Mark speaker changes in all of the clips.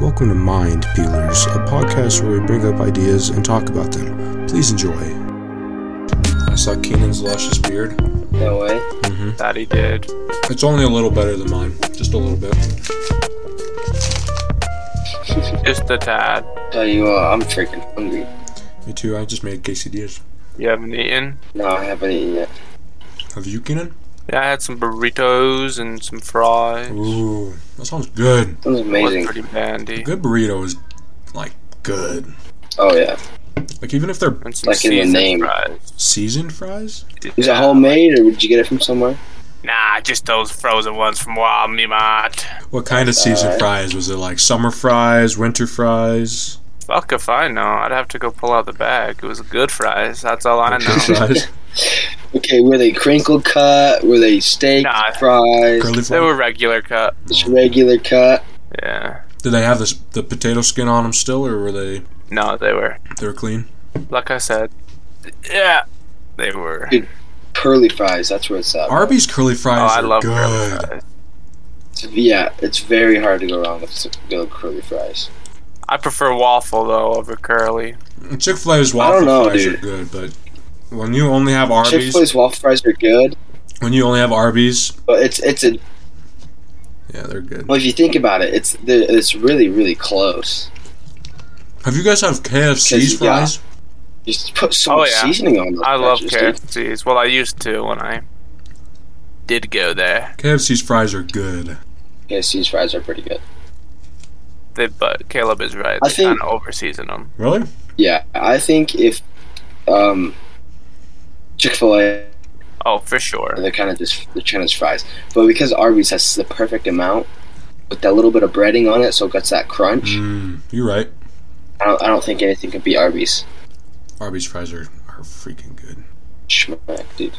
Speaker 1: Welcome to Mind Peelers, a podcast where we bring up ideas and talk about them. Please enjoy. I saw Keenan's luscious beard.
Speaker 2: No way.
Speaker 3: That he did.
Speaker 1: It's only a little better than mine, just a little bit.
Speaker 3: Just a tad.
Speaker 2: Tell Oh, you what, I'm freaking hungry.
Speaker 1: Me too. I just made quesadillas.
Speaker 3: You haven't eaten?
Speaker 2: No, I haven't eaten yet.
Speaker 1: Have you, Keenan?
Speaker 3: Yeah, I had some burritos and some fries.
Speaker 1: Ooh, that sounds good.
Speaker 2: Sounds
Speaker 3: It was
Speaker 2: amazing.
Speaker 3: pretty bandy.
Speaker 1: Good burrito is like good.
Speaker 2: Oh yeah.
Speaker 1: Like even if they're
Speaker 3: And some
Speaker 2: Like in the
Speaker 3: seasoned
Speaker 2: name.
Speaker 3: fries.
Speaker 1: seasoned fries,
Speaker 2: Is it homemade or did you get it from somewhere?
Speaker 3: Nah, just those frozen ones from Wild Mart.
Speaker 1: what kind of seasoned
Speaker 2: Uh,
Speaker 1: fries was it? Like summer fries, winter fries,
Speaker 3: Fuck if I know. I'd have to go pull out the bag. It was good fries. That's all I know.
Speaker 1: fries,
Speaker 2: Okay, were they crinkle cut? Were they steak
Speaker 3: Nah.
Speaker 2: fries?
Speaker 1: curly
Speaker 3: they were
Speaker 1: fries.
Speaker 3: regular cut.
Speaker 2: Just regular cut.
Speaker 3: Yeah.
Speaker 1: Did they have this, the potato skin on them still, or were they
Speaker 3: No, they were.
Speaker 1: they were clean?
Speaker 3: Like I said. Yeah. They were.
Speaker 2: Dude, Curly fries. That's where it's at.
Speaker 1: Arby's curly
Speaker 3: Oh,
Speaker 1: fries
Speaker 3: I
Speaker 1: are
Speaker 3: love curly
Speaker 1: good.
Speaker 3: fries.
Speaker 2: Yeah, it's very hard to go wrong with s- good curly fries.
Speaker 3: I prefer waffle though over curly.
Speaker 1: Chick Fil A's
Speaker 2: I
Speaker 1: waffle
Speaker 2: don't know,
Speaker 1: fries
Speaker 2: dude.
Speaker 1: are good, but when you only have
Speaker 2: Chick
Speaker 1: Arby's,
Speaker 2: Fil A's waffle fries are good,
Speaker 1: when you only have Arby's,
Speaker 2: but it's it's a
Speaker 1: yeah, they're good.
Speaker 2: well. If you think about it, it's they're- it's really really close.
Speaker 1: Have you guys have KFC's
Speaker 2: Because, yeah.
Speaker 1: fries?
Speaker 2: You just put so
Speaker 3: Oh,
Speaker 2: much
Speaker 3: yeah.
Speaker 2: seasoning on those.
Speaker 3: I love
Speaker 2: fries, dude.
Speaker 3: KFCs. Well, I used to when I did go there.
Speaker 1: KFC's fries are good.
Speaker 2: KFC's fries are pretty good.
Speaker 3: They, but Caleb is right.
Speaker 2: I
Speaker 3: They
Speaker 2: think-
Speaker 3: kind of overseason them.
Speaker 1: Really?
Speaker 2: Yeah, I think if um, Chick Fil A,
Speaker 3: Oh, for sure.
Speaker 2: they're kind of just the Chinese fries, but because Arby's has the perfect amount with that little bit of breading on it, so it gets that crunch.
Speaker 1: Mm, you're right.
Speaker 2: I, don't, I don't think anything could be Arby's.
Speaker 1: Arby's fries are, are freaking good.
Speaker 2: Schmack, dude.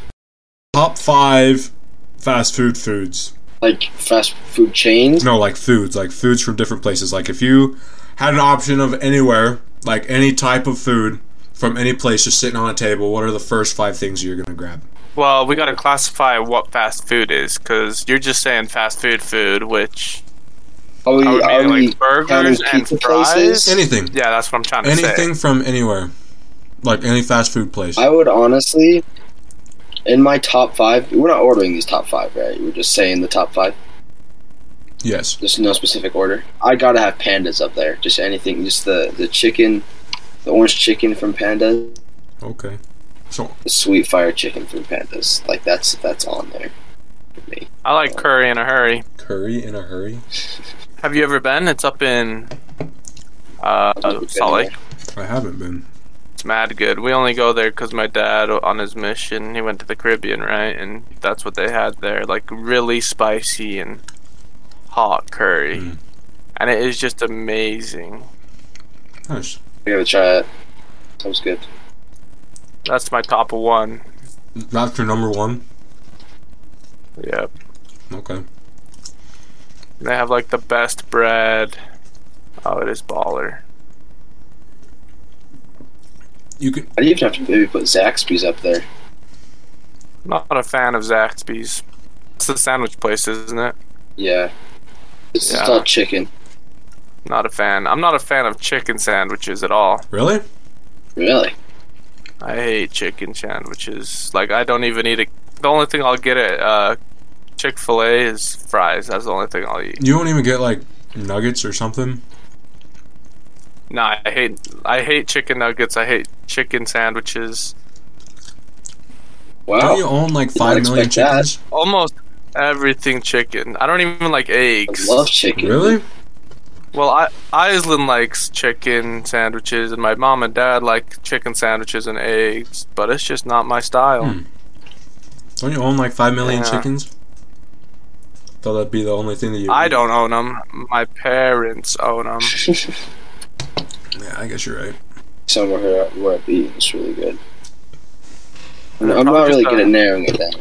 Speaker 1: Top five fast food foods.
Speaker 2: Like fast food chains.
Speaker 1: No, like foods, like foods from different places. Like if you had an option of anywhere, like any type of food from any place just sitting on a table, what are the first five things you're gonna grab?
Speaker 3: Well, we got to classify what fast food is because you're just saying fast food food, which
Speaker 2: Are we,
Speaker 3: I would
Speaker 2: are
Speaker 3: mean
Speaker 2: we
Speaker 3: like burgers
Speaker 2: counting
Speaker 3: and
Speaker 2: pizza
Speaker 3: fries.
Speaker 2: places?
Speaker 1: Anything.
Speaker 3: Yeah, that's what I'm trying to
Speaker 1: Anything
Speaker 3: say.
Speaker 1: from anywhere. Like any fast food place.
Speaker 2: I would honestly, in my top five, we're not ordering these top five, right? We're just saying the top five.
Speaker 1: yes.
Speaker 2: There's no specific order. I gotta have pandas up there. Just anything, just the the chicken, the orange chicken from pandas,
Speaker 1: Okay. So
Speaker 2: the sweet fire chicken from pandas. Like that's that's on there for me.
Speaker 3: I like curry in a hurry.
Speaker 1: curry in a hurry.
Speaker 3: Have you ever been? It's up in uh,
Speaker 2: never
Speaker 3: Salt
Speaker 2: been
Speaker 3: Lake.
Speaker 1: I haven't been.
Speaker 3: It's mad good. We only go there because my dad, on his mission, he went to the Caribbean, right? And that's what they had there, like really spicy and hot curry,
Speaker 1: Mm.
Speaker 3: and it is just amazing.
Speaker 1: Nice.
Speaker 2: I gotta try it. Sounds good.
Speaker 3: That's my top one.
Speaker 1: That's your number one?
Speaker 3: Yep.
Speaker 1: Okay.
Speaker 3: They have like the best bread. Oh, it is baller.
Speaker 1: You could
Speaker 2: I'd even have to maybe put Zaxby's up there.
Speaker 3: Not a fan of Zaxby's. It's the sandwich place, isn't it?
Speaker 2: Yeah, it's
Speaker 3: Yeah.
Speaker 2: just all chicken.
Speaker 3: Not a fan. I'm not a fan of chicken sandwiches at all.
Speaker 1: really?
Speaker 2: Really?
Speaker 3: I hate chicken sandwiches. Like I don't even eat it. The only thing I'll get at uh, Chick Fil A is fries. That's the only thing I'll eat.
Speaker 1: You won't even get like nuggets or something?
Speaker 3: Nah, I hate I hate chicken nuggets. I hate chicken sandwiches.
Speaker 1: Don't you
Speaker 2: Wow.
Speaker 1: own like
Speaker 2: Did not
Speaker 1: five million
Speaker 2: expect that.
Speaker 1: chickens?
Speaker 3: Almost everything chicken. I don't even like
Speaker 2: I
Speaker 3: eggs.
Speaker 2: love chicken.
Speaker 1: Really?
Speaker 3: Well, I Island likes chicken sandwiches, and my mom and dad like chicken sandwiches and eggs. But it's just not my style.
Speaker 1: Hmm. Don't you own like five million
Speaker 3: Yeah.
Speaker 1: chickens? Thought that'd be the only thing that you.
Speaker 3: I don't own them. My parents own them.
Speaker 1: Yeah, I guess you're right.
Speaker 2: Somewhere here where I've eaten is really good.
Speaker 3: And
Speaker 2: I'm not
Speaker 3: probably
Speaker 2: really
Speaker 3: just
Speaker 2: good
Speaker 3: a-
Speaker 2: at narrowing it down.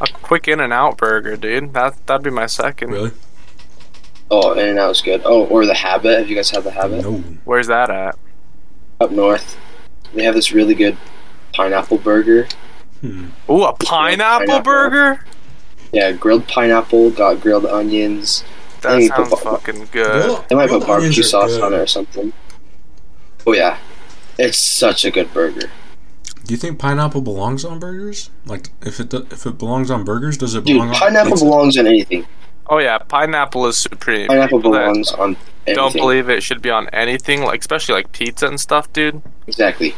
Speaker 3: A quick in and out burger, dude. That that'd be my second.
Speaker 1: Really?
Speaker 2: Oh, In and Out's good. Oh, or the Habit. Have you guys had the Habit?
Speaker 1: No.
Speaker 3: Where's that at?
Speaker 2: up north. They have this really good pineapple burger.
Speaker 1: Hmm.
Speaker 3: Ooh, a pineapple,
Speaker 2: pineapple.
Speaker 3: burger.
Speaker 2: Yeah, grilled pineapple, got grilled onions,
Speaker 3: That
Speaker 2: Hey,
Speaker 3: sounds
Speaker 2: but-
Speaker 3: fucking good.
Speaker 2: They might
Speaker 1: Grilled
Speaker 2: put
Speaker 1: onions
Speaker 2: barbecue
Speaker 1: are
Speaker 2: sauce
Speaker 1: good.
Speaker 2: on it or something. Oh yeah, it's such a good burger,
Speaker 1: Oh Do you think pineapple belongs on burgers? Like, if it do- if it belongs on burgers, does it
Speaker 2: dude.
Speaker 1: belong on
Speaker 2: Pineapple
Speaker 1: pizza?
Speaker 2: belongs on anything.
Speaker 3: Oh yeah, pineapple is supreme.
Speaker 2: Pineapple
Speaker 3: People that
Speaker 2: belongs on anything.
Speaker 3: Don't believe it should be on anything, like especially like pizza and stuff, dude.
Speaker 2: exactly.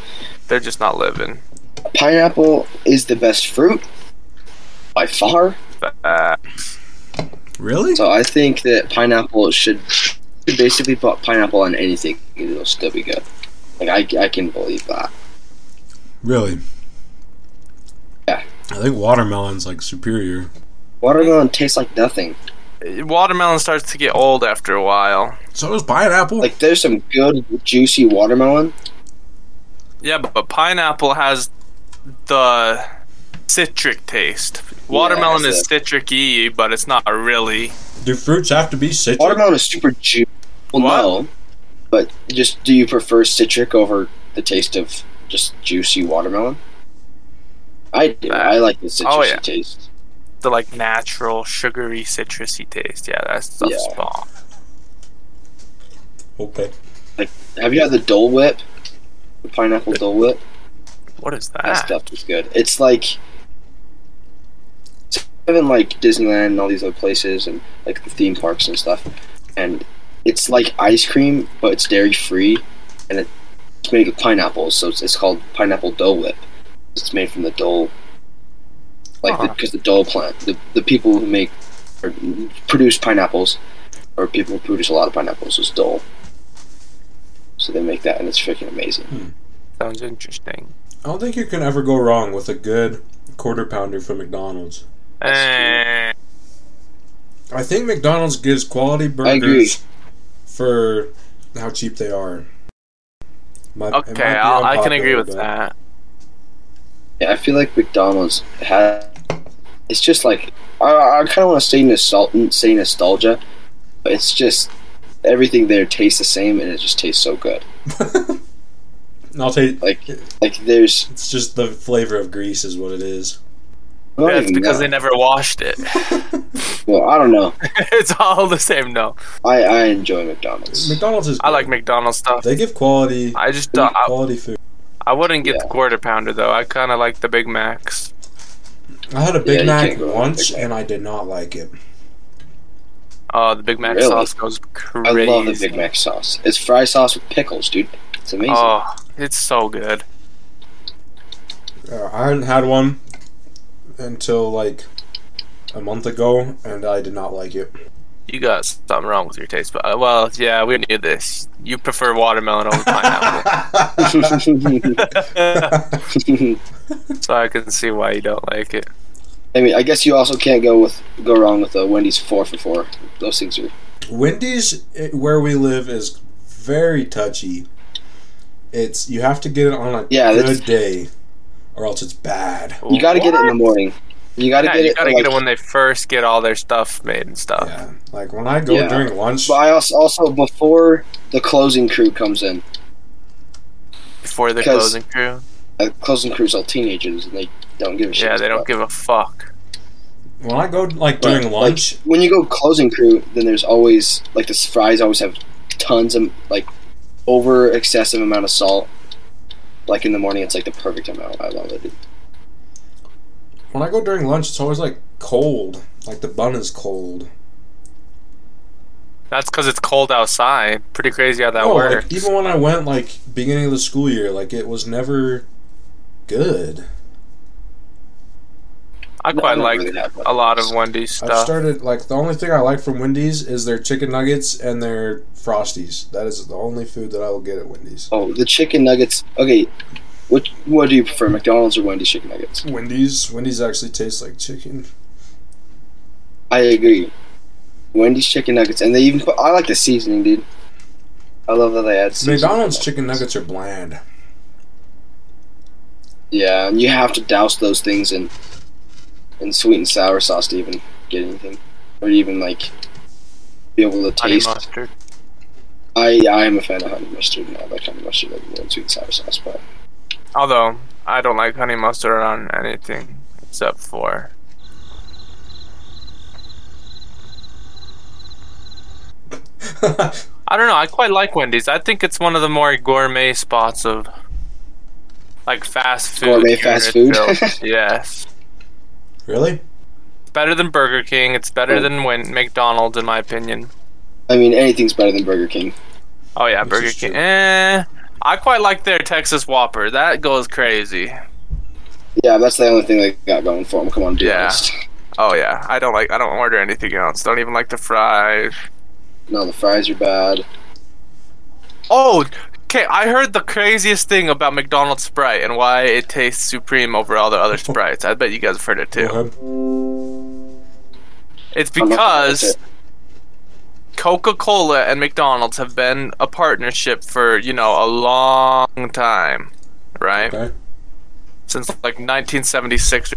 Speaker 3: They're just not living.
Speaker 2: Pineapple is the best fruit by far.
Speaker 3: Uh,
Speaker 1: really?
Speaker 2: So I think that pineapple should you basically put pineapple on anything. It'll still be good. Like I, I can believe that.
Speaker 1: Really?
Speaker 2: Yeah.
Speaker 1: I think watermelon's like superior.
Speaker 2: Watermelon tastes like nothing.
Speaker 3: watermelon starts to get old after a while.
Speaker 1: So does pineapple.
Speaker 2: Like there's some good juicy watermelon.
Speaker 3: Yeah, but, but pineapple has the citric taste. Watermelon
Speaker 2: it's
Speaker 3: is citricy, but it's not really.
Speaker 1: Do fruits have to be citric?
Speaker 2: Watermelon is super juicy. Well, no, but just do you prefer citric over the taste of just juicy watermelon? I do. I like the citrusy
Speaker 3: Oh, yeah.
Speaker 2: taste.
Speaker 3: The like natural sugary citrusy taste. Yeah, that stuff's
Speaker 2: Yeah.
Speaker 3: bomb.
Speaker 1: Okay.
Speaker 2: Have you had the Dole Whip? The pineapple Dole Whip.
Speaker 3: What is
Speaker 2: That
Speaker 3: that?
Speaker 2: stuff is good. It's like it's even like Disneyland and all these other places and like the theme parks and stuff. And it's like ice cream, but it's dairy free, and it's made with pineapples, so it's, it's called pineapple Dole Whip. It's made from the Dole, like
Speaker 3: Huh.
Speaker 2: because the, Dole plant, the the people who make or produce pineapples, or people who produce a lot of pineapples is Dole. So they make that, and it's freaking amazing.
Speaker 3: Sounds interesting.
Speaker 1: I don't think you can ever go wrong with a good quarter pounder from McDonald's.
Speaker 3: Eh,
Speaker 1: I think McDonald's gives quality burgers
Speaker 2: agree.
Speaker 1: for how cheap they are. My, it might be
Speaker 3: okay, I'll, I can
Speaker 1: unpopular,
Speaker 3: agree with
Speaker 1: but-
Speaker 3: that.
Speaker 2: Yeah, I feel like McDonald's has. It's just like I, I kind of want to say nostalgia, say nostalgia, but it's just everything there tastes the same, and it just tastes so good.
Speaker 1: And I'll take.
Speaker 2: Like, like there's
Speaker 1: It's just the flavor of grease is what it is.
Speaker 2: I don't
Speaker 3: That's
Speaker 2: even
Speaker 3: because
Speaker 2: know.
Speaker 3: they never washed it.
Speaker 2: well, I don't know.
Speaker 3: it's all the same. No,
Speaker 2: I I enjoy McDonald's.
Speaker 1: McDonald's is.
Speaker 3: I like
Speaker 1: good.
Speaker 3: McDonald's stuff.
Speaker 1: They give quality.
Speaker 3: I just don't. I,
Speaker 1: quality food.
Speaker 3: I wouldn't get
Speaker 2: Yeah.
Speaker 3: the quarter pounder though. I kind of like the Big Macs.
Speaker 1: I had a Big
Speaker 2: you
Speaker 1: Mac
Speaker 2: can't go wrong with
Speaker 1: once
Speaker 2: Big Mac.
Speaker 1: and I did not like it.
Speaker 3: Oh, the Big Mac
Speaker 2: Really?
Speaker 3: sauce goes
Speaker 2: I
Speaker 3: crazy.
Speaker 2: love the Big Mac sauce. It's fry sauce with pickles, dude. It's amazing.
Speaker 3: Oh, it's so good.
Speaker 1: Uh, I hadn't had one until like a month ago and I did not like it.
Speaker 3: You got something wrong with your taste, but uh, well, yeah, we knew this. You prefer watermelon over pineapple, so I can see why you don't like it.
Speaker 2: I mean, I guess you also can't go with go wrong with a Wendy's four for four. Those things are
Speaker 1: Wendy's eh, where we live is very touchy. It's you have to get it on a
Speaker 2: Yeah,
Speaker 1: good
Speaker 2: that's-
Speaker 1: day, or else it's bad.
Speaker 2: you got to get it in the morning. You got to
Speaker 3: Yeah,
Speaker 2: get
Speaker 3: you
Speaker 2: it.
Speaker 3: gotta
Speaker 2: like,
Speaker 3: get it when they first get all their stuff made and stuff.
Speaker 1: Yeah, like when I go
Speaker 2: Yeah.
Speaker 1: during lunch,
Speaker 2: But I also, also before the closing crew comes in,
Speaker 3: before the
Speaker 2: Because-
Speaker 3: closing crew.
Speaker 2: the uh, closing crew's all teenagers and they don't give a shit.
Speaker 3: Yeah, they don't
Speaker 2: about-
Speaker 3: give a fuck.
Speaker 1: when I go like
Speaker 2: but,
Speaker 1: during lunch,
Speaker 2: Like, when you go closing crew, then there's always like the fries always have tons of like over excessive amount of salt. Like in the morning, it's like the perfect amount. I love it. dude.
Speaker 1: when I go during lunch, it's always like cold. Like the bun is cold.
Speaker 3: That's because it's cold outside. Pretty crazy how that
Speaker 1: oh,
Speaker 3: works.
Speaker 1: like even when I went like beginning of the school year, like it was never good.
Speaker 3: I
Speaker 2: No,
Speaker 3: quite
Speaker 2: I don't
Speaker 3: like
Speaker 2: really have one
Speaker 3: a lot
Speaker 2: of
Speaker 3: of
Speaker 2: those.
Speaker 3: Wendy's
Speaker 1: I've
Speaker 3: stuff.
Speaker 1: started like the only thing I like from Wendy's is their chicken nuggets and their frosties. That is the only food that I will get at Wendy's.
Speaker 2: Oh, the chicken nuggets. Okay, what what do you prefer, McDonald's or Wendy's chicken nuggets?
Speaker 1: Wendy's, Wendy's actually tastes like chicken.
Speaker 2: I agree. Wendy's chicken nuggets, and they even put. I like the seasoning, dude. I love that they add seasoning.
Speaker 1: McDonald's chicken nuggets are bland.
Speaker 2: Yeah, and you have to douse those things in in sweet and sour sauce to even get anything, or even like be able to
Speaker 3: Honey
Speaker 2: taste.
Speaker 3: mustard.
Speaker 2: I I am a fan of honey mustard. and I like honey mustard like more than sweet and sour sauce, but
Speaker 3: Although I don't like honey mustard on anything except for I don't know. I quite like Wendy's. I think it's one of the more gourmet spots of like fast food.
Speaker 2: Gourmet
Speaker 3: here
Speaker 2: fast
Speaker 3: in
Speaker 2: food?
Speaker 3: Phil- yes.
Speaker 1: really?
Speaker 3: Better than Burger King. It's better than when McDonald's, in my opinion.
Speaker 2: I mean, anything's better than Burger King.
Speaker 3: Oh yeah, Burger
Speaker 1: is
Speaker 3: King.
Speaker 1: true.
Speaker 3: Eh, I quite like their Texas Whopper. That goes crazy.
Speaker 2: Yeah, that's the only thing they got going for them. Come on, be
Speaker 3: Yeah.
Speaker 2: honest.
Speaker 3: Oh yeah, I don't like. I don't order anything else. Don't even like the fries.
Speaker 2: No, the fries are bad.
Speaker 3: Oh, okay. I heard the craziest thing about McDonald's Sprite and why it tastes supreme over all the other Sprites. I bet you guys have heard it too.
Speaker 1: Okay.
Speaker 3: It's
Speaker 2: I'm not gonna touch
Speaker 3: because
Speaker 2: it.
Speaker 3: Coca Cola and McDonald's have been a partnership for, you know, a long time, right?
Speaker 1: Okay.
Speaker 3: Since like 1976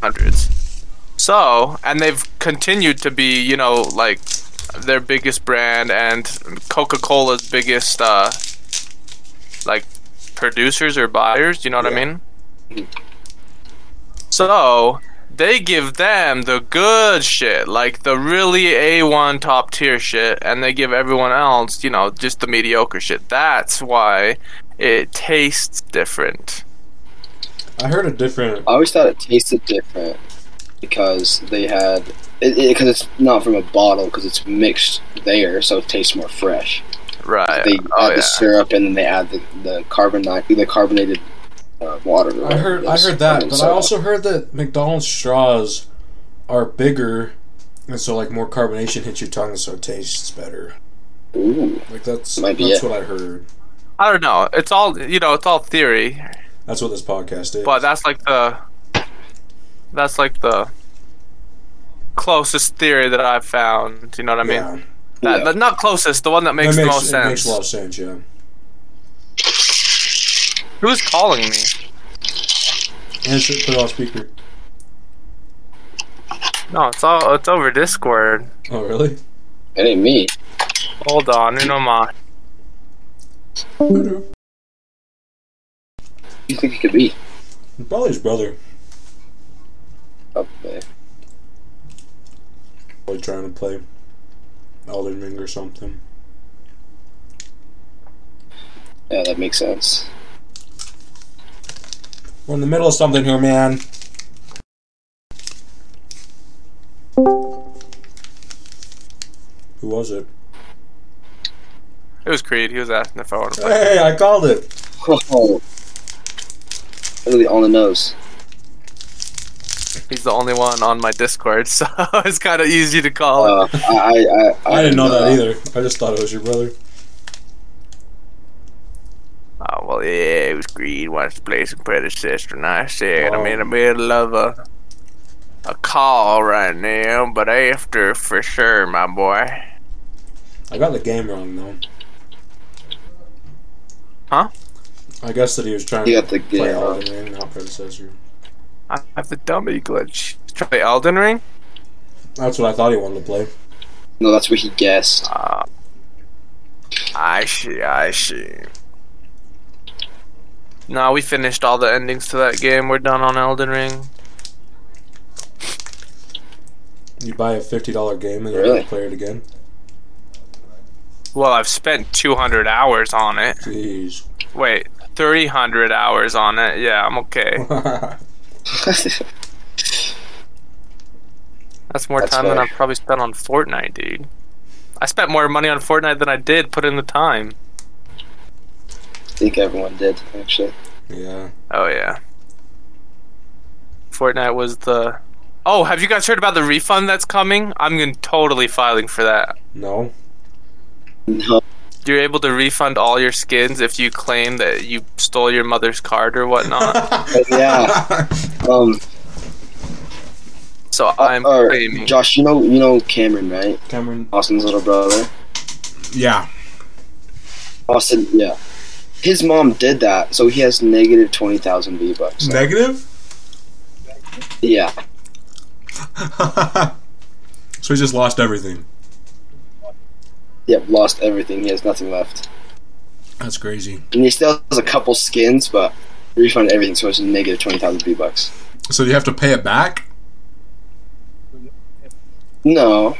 Speaker 3: hundreds. So, and they've continued to be, you know, like their biggest brand and Coca Cola's biggest, uh, like producers or buyers, you know what I
Speaker 1: Yeah.
Speaker 3: mean? So, they give them the good shit, like the really A1 top tier shit, and they give everyone else, you know, just the mediocre shit. That's why it tastes different.
Speaker 1: I heard a different.
Speaker 2: I always thought it tasted different because they had because it, 'cause it's not from a bottle because it's mixed there, so it tastes more fresh.
Speaker 3: Right.
Speaker 2: They
Speaker 3: oh,
Speaker 2: add
Speaker 3: yeah.
Speaker 2: the syrup and then they add the the carbonate the carbonated uh, water.
Speaker 1: I
Speaker 2: or whatever
Speaker 1: heard.
Speaker 2: it
Speaker 1: I
Speaker 2: is.
Speaker 1: heard that,
Speaker 2: And
Speaker 1: but I
Speaker 2: so-
Speaker 1: also heard that McDonald's straws are bigger, and so like more carbonation hits your tongue, so it tastes better.
Speaker 2: Ooh.
Speaker 1: Like that's
Speaker 2: Might be
Speaker 1: that's
Speaker 2: it.
Speaker 1: what I heard.
Speaker 3: I don't know. It's all you know. It's all theory,
Speaker 1: That's what this podcast is.
Speaker 3: but that's like the that's like the closest theory that I've found. You know what I mean?
Speaker 1: yeah.
Speaker 3: That,
Speaker 2: Yeah.
Speaker 3: that- not closest, the one that makes,
Speaker 1: it
Speaker 3: the
Speaker 1: makes,
Speaker 3: most
Speaker 1: it makes
Speaker 3: sense.
Speaker 1: a lot of sense. Yeah.
Speaker 3: Who's calling me?
Speaker 1: And should put it on speaker.
Speaker 3: No, it's all it's over Discord.
Speaker 1: Oh really?
Speaker 2: It ain't me.
Speaker 3: Hold on, uno más.
Speaker 2: Who do you think it could be?
Speaker 1: Probably his brother.
Speaker 2: Up there.
Speaker 1: Probably trying to play Elden Ring or something.
Speaker 2: Yeah, that makes sense.
Speaker 1: We're in the middle of something here, man. Who was it?
Speaker 3: It was Creed. He was asking if I want to play.
Speaker 1: Hey, I called it.
Speaker 2: Oh. Really on the nose.
Speaker 3: He's the only one on my Discord, so it's kind of easy to call.
Speaker 2: Uh, I, I, I,
Speaker 1: I, didn't know
Speaker 2: Uh,
Speaker 1: that either. I just thought it was your brother.
Speaker 3: Oh well, yeah, it was Greed wants to play some predecessor, and I said
Speaker 1: Oh.
Speaker 3: I'm in the middle of a a call right now, but after for sure, my boy.
Speaker 1: I got the game wrong though.
Speaker 3: Huh?
Speaker 1: I guess that he was trying
Speaker 2: You
Speaker 1: to
Speaker 2: got the
Speaker 1: play
Speaker 2: game wrong.
Speaker 1: Elden Ring, not predecessor.
Speaker 3: I have the dummy glitch. Try Elden Ring.
Speaker 1: That's what I thought he wanted to play.
Speaker 2: No, that's what he guessed.
Speaker 3: Uh, I see. I see. Nah, we finished all the endings to that game. We're done on Elden Ring.
Speaker 1: You buy a fifty dollar game and then
Speaker 2: Really?
Speaker 1: you play it again.
Speaker 3: Well, I've spent 200 hours on it.
Speaker 1: Jeez.
Speaker 3: Wait, 300 hours on it. Yeah, I'm okay. That's more
Speaker 2: That's
Speaker 3: time than
Speaker 2: fair.
Speaker 3: I've probably spent on Fortnite, dude. I spent more money on Fortnite than I did put in the time.
Speaker 2: I think everyone did, actually.
Speaker 1: yeah.
Speaker 3: Oh yeah. Fortnite was the Oh, have you guys heard about the refund that's coming? I'm going to totally filing for that.
Speaker 1: No.
Speaker 2: No.
Speaker 3: You're able to refund all your skins if you claim that you stole your mother's card or whatnot.
Speaker 2: yeah. Um, Uh,
Speaker 3: so I'm
Speaker 2: or-
Speaker 3: claiming.
Speaker 2: Josh, you know, you know Cameron, right?
Speaker 1: Cameron.
Speaker 2: Austin's little brother.
Speaker 1: Yeah.
Speaker 2: Austin, yeah. His mom did that, so he has negative twenty thousand V bucks.
Speaker 1: Negative.
Speaker 2: Yeah,
Speaker 1: so he just lost everything.
Speaker 2: yep, lost everything. He has nothing left,
Speaker 1: That's crazy.
Speaker 2: and he still has a couple skins, but refund everything, so it's negative twenty thousand V bucks.
Speaker 1: So you have to pay it back?
Speaker 2: No,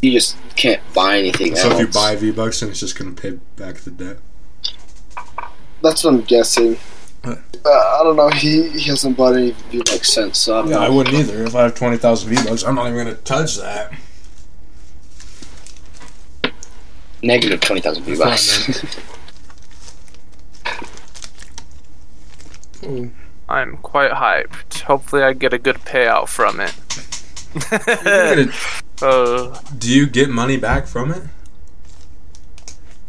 Speaker 2: you just can't buy anything
Speaker 1: So if
Speaker 2: else.
Speaker 1: you buy V Bucks, then it's just gonna pay back the debt.
Speaker 4: That's what I'm guessing. Uh,
Speaker 1: Huh.
Speaker 4: I don't know. He, he hasn't bought any v
Speaker 2: like cents, so I don't
Speaker 1: Yeah,
Speaker 2: know.
Speaker 1: I wouldn't either. If I have twenty thousand V Bucks, I'm not even gonna touch that.
Speaker 2: negative twenty thousand V bucks.
Speaker 1: Fine,
Speaker 3: I'm quite hyped. Hopefully, I get a good payout from it.
Speaker 1: man.
Speaker 3: uh,
Speaker 1: Do you get money back from it?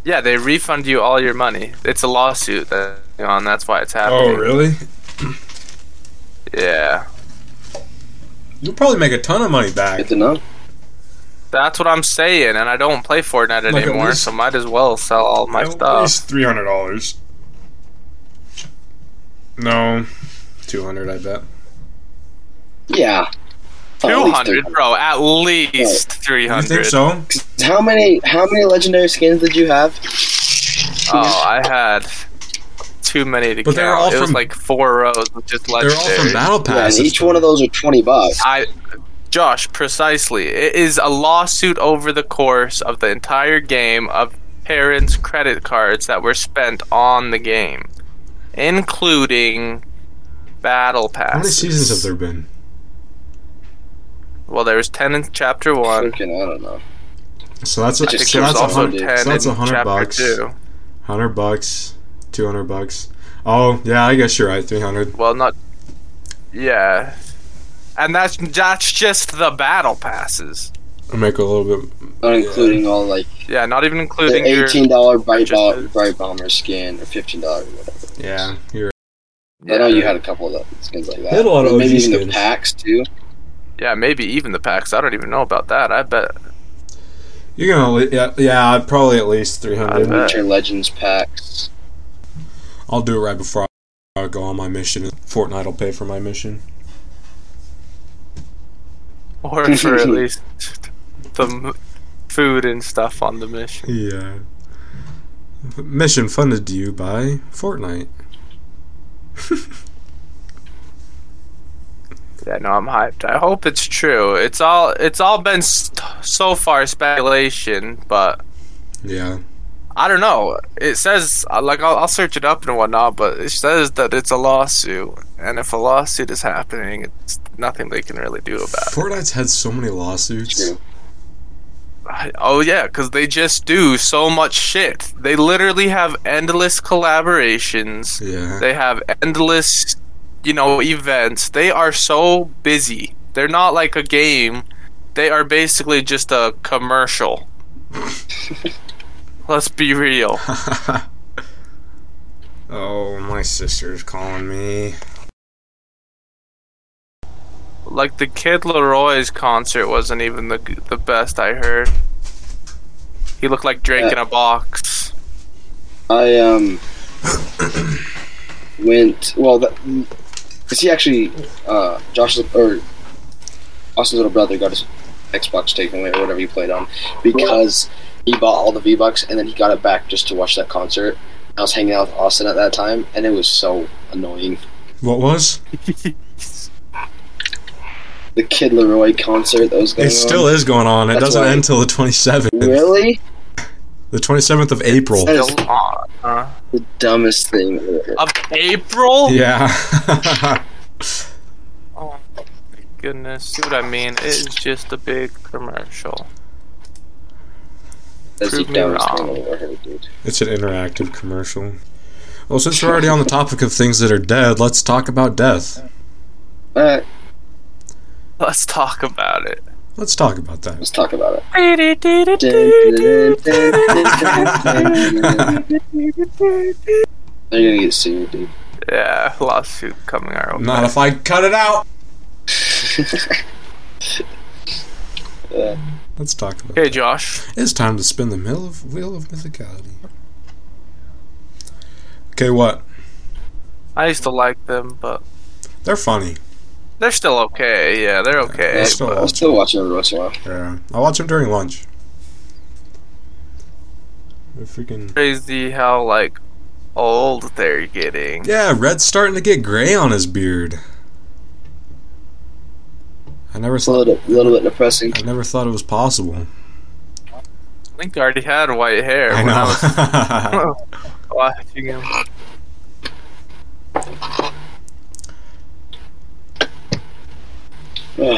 Speaker 3: yeah, they refund you all your money. It's a lawsuit that you know, and that's why it's happening.
Speaker 1: Oh, really?
Speaker 3: Yeah,
Speaker 1: You'll probably make a ton of money back.
Speaker 2: Good to know.
Speaker 3: that's what I'm saying. And I don't play Fortnite
Speaker 1: Like, at
Speaker 3: anymore,
Speaker 1: least-
Speaker 3: so might as well sell all my
Speaker 1: At
Speaker 3: stuff.
Speaker 1: least three hundred dollars. No, two hundred. I bet.
Speaker 2: Yeah. Oh, at
Speaker 3: Two
Speaker 2: least
Speaker 3: hundred,
Speaker 2: 300.
Speaker 3: bro. At least three
Speaker 1: You think
Speaker 3: hundred.
Speaker 1: so?
Speaker 2: How many how many legendary skins did you have?
Speaker 3: Oh, I had too many to
Speaker 1: But
Speaker 3: count.
Speaker 1: they were all
Speaker 3: it was
Speaker 1: from-
Speaker 3: like four rows with just
Speaker 1: They're
Speaker 3: legendary.
Speaker 1: all from battle
Speaker 2: Yeah, and
Speaker 1: passes.
Speaker 2: each one of those are twenty bucks.
Speaker 3: I, Josh, precisely. It is a lawsuit over the course of the entire game of parents' credit cards that were spent on the game, including battle passes.
Speaker 1: How many seasons have there been?
Speaker 3: Well, there was ten in chapter one.
Speaker 2: Freaking, I don't know.
Speaker 1: So that's a,
Speaker 3: I think
Speaker 1: so
Speaker 3: there was
Speaker 1: that's a
Speaker 3: also
Speaker 1: hundred.
Speaker 2: dude.
Speaker 3: ten
Speaker 1: So that's a
Speaker 3: in
Speaker 1: hundred
Speaker 3: chapter
Speaker 1: bucks.
Speaker 3: two.
Speaker 1: Hundred bucks. Two hundred bucks. Oh yeah, I guess you're right. Three hundred.
Speaker 3: Well, not. Yeah, and that's that's just the battle passes.
Speaker 1: I make a little bit.
Speaker 2: Not including all like
Speaker 3: Yeah, not even including
Speaker 2: the
Speaker 3: your.
Speaker 2: eighteen dollar bright,
Speaker 3: just-
Speaker 2: Bo- bright bomber skin or fifteen dollar whatever.
Speaker 1: Yeah, you're.
Speaker 2: I know
Speaker 3: Yeah.
Speaker 2: you had a couple of the skins like that.
Speaker 1: They had a lot of
Speaker 2: Or maybe
Speaker 1: OG
Speaker 2: even the
Speaker 1: skins.
Speaker 2: packs too.
Speaker 3: Yeah, maybe even the packs. I don't even know about that. I bet.
Speaker 1: You're gonna. le- Yeah, yeah, probably at least three
Speaker 3: I bet.
Speaker 1: hundred.
Speaker 2: Witcher Legends packs.
Speaker 1: I'll do it right before I go on my mission. Fortnite will pay for my mission.
Speaker 3: or for at least the m- food and stuff on the mission.
Speaker 1: Yeah. Mission funded to you by Fortnite.
Speaker 3: Yeah, no, I'm hyped. I hope it's true. It's all it's all been st- so far speculation, but
Speaker 1: Yeah.
Speaker 3: I don't know. It says uh, like I'll, I'll search it up and whatnot, but it says that it's a lawsuit, and if a lawsuit is happening, it's nothing they can really do about. it.
Speaker 1: Fortnite's had so many lawsuits.
Speaker 2: True.
Speaker 3: I- Oh yeah, because they just do so much shit. They literally have endless collaborations.
Speaker 1: Yeah.
Speaker 3: They have endless, you know, events. They are so busy. They're not like a game. They are basically just a commercial. Let's be real.
Speaker 1: oh, my sister's calling me.
Speaker 3: Like the Kid Leroy's concert wasn't even the the best I heard. He looked like Drake in a box.
Speaker 2: I um went well. That, cause he actually uh, Josh's or Austin's little brother got his Xbox taken away or whatever he played on because he bought all the V Bucks and then he got it back just to watch that concert. I was hanging out with Austin at that time and it was so annoying.
Speaker 1: What was?
Speaker 2: The Kid Leroy concert that was going
Speaker 1: It still
Speaker 2: on.
Speaker 1: is going on. It
Speaker 2: That's
Speaker 1: doesn't
Speaker 2: why-
Speaker 1: end till the 27th.
Speaker 2: Really?
Speaker 1: The 27th of April.
Speaker 2: That is
Speaker 3: Still on, huh?
Speaker 2: the dumbest thing. ever.
Speaker 3: Of April?
Speaker 1: Yeah.
Speaker 3: Oh my goodness. See what I mean? It is just a big commercial.
Speaker 2: That's the
Speaker 3: prove me
Speaker 2: dumbest
Speaker 3: wrong.
Speaker 2: thing I've ever heard, dude.
Speaker 1: it's an interactive commercial. Well, since we're already on the topic of things that are dead, let's talk about death.
Speaker 2: Alright,
Speaker 3: Let's talk about it.
Speaker 1: Let's talk about that.
Speaker 2: let's talk about it.
Speaker 3: yeah,
Speaker 2: They're gonna get sued, dude.
Speaker 3: lawsuit coming our way.
Speaker 1: Not if I cut it out.
Speaker 2: Uh,
Speaker 1: Let's talk about
Speaker 3: Hey, Josh.
Speaker 1: It's time to spin the mill of wheel of mythicality. Okay, what?
Speaker 3: I used to like them, but
Speaker 1: They're funny.
Speaker 3: they're still okay. Yeah, they're okay.
Speaker 1: That's still
Speaker 2: I'll still watch it every once in a while.
Speaker 1: Yeah, I watch them during lunch. They're freaking.
Speaker 3: Crazy how like old they're getting.
Speaker 1: Yeah, Red's starting to get gray on his beard. I never
Speaker 2: It's a
Speaker 1: thought.
Speaker 2: little, little bit depressing.
Speaker 1: I never thought it was possible.
Speaker 3: Link already had white hair.
Speaker 1: I
Speaker 3: when I was
Speaker 1: know.
Speaker 3: watching him.
Speaker 2: Ugh.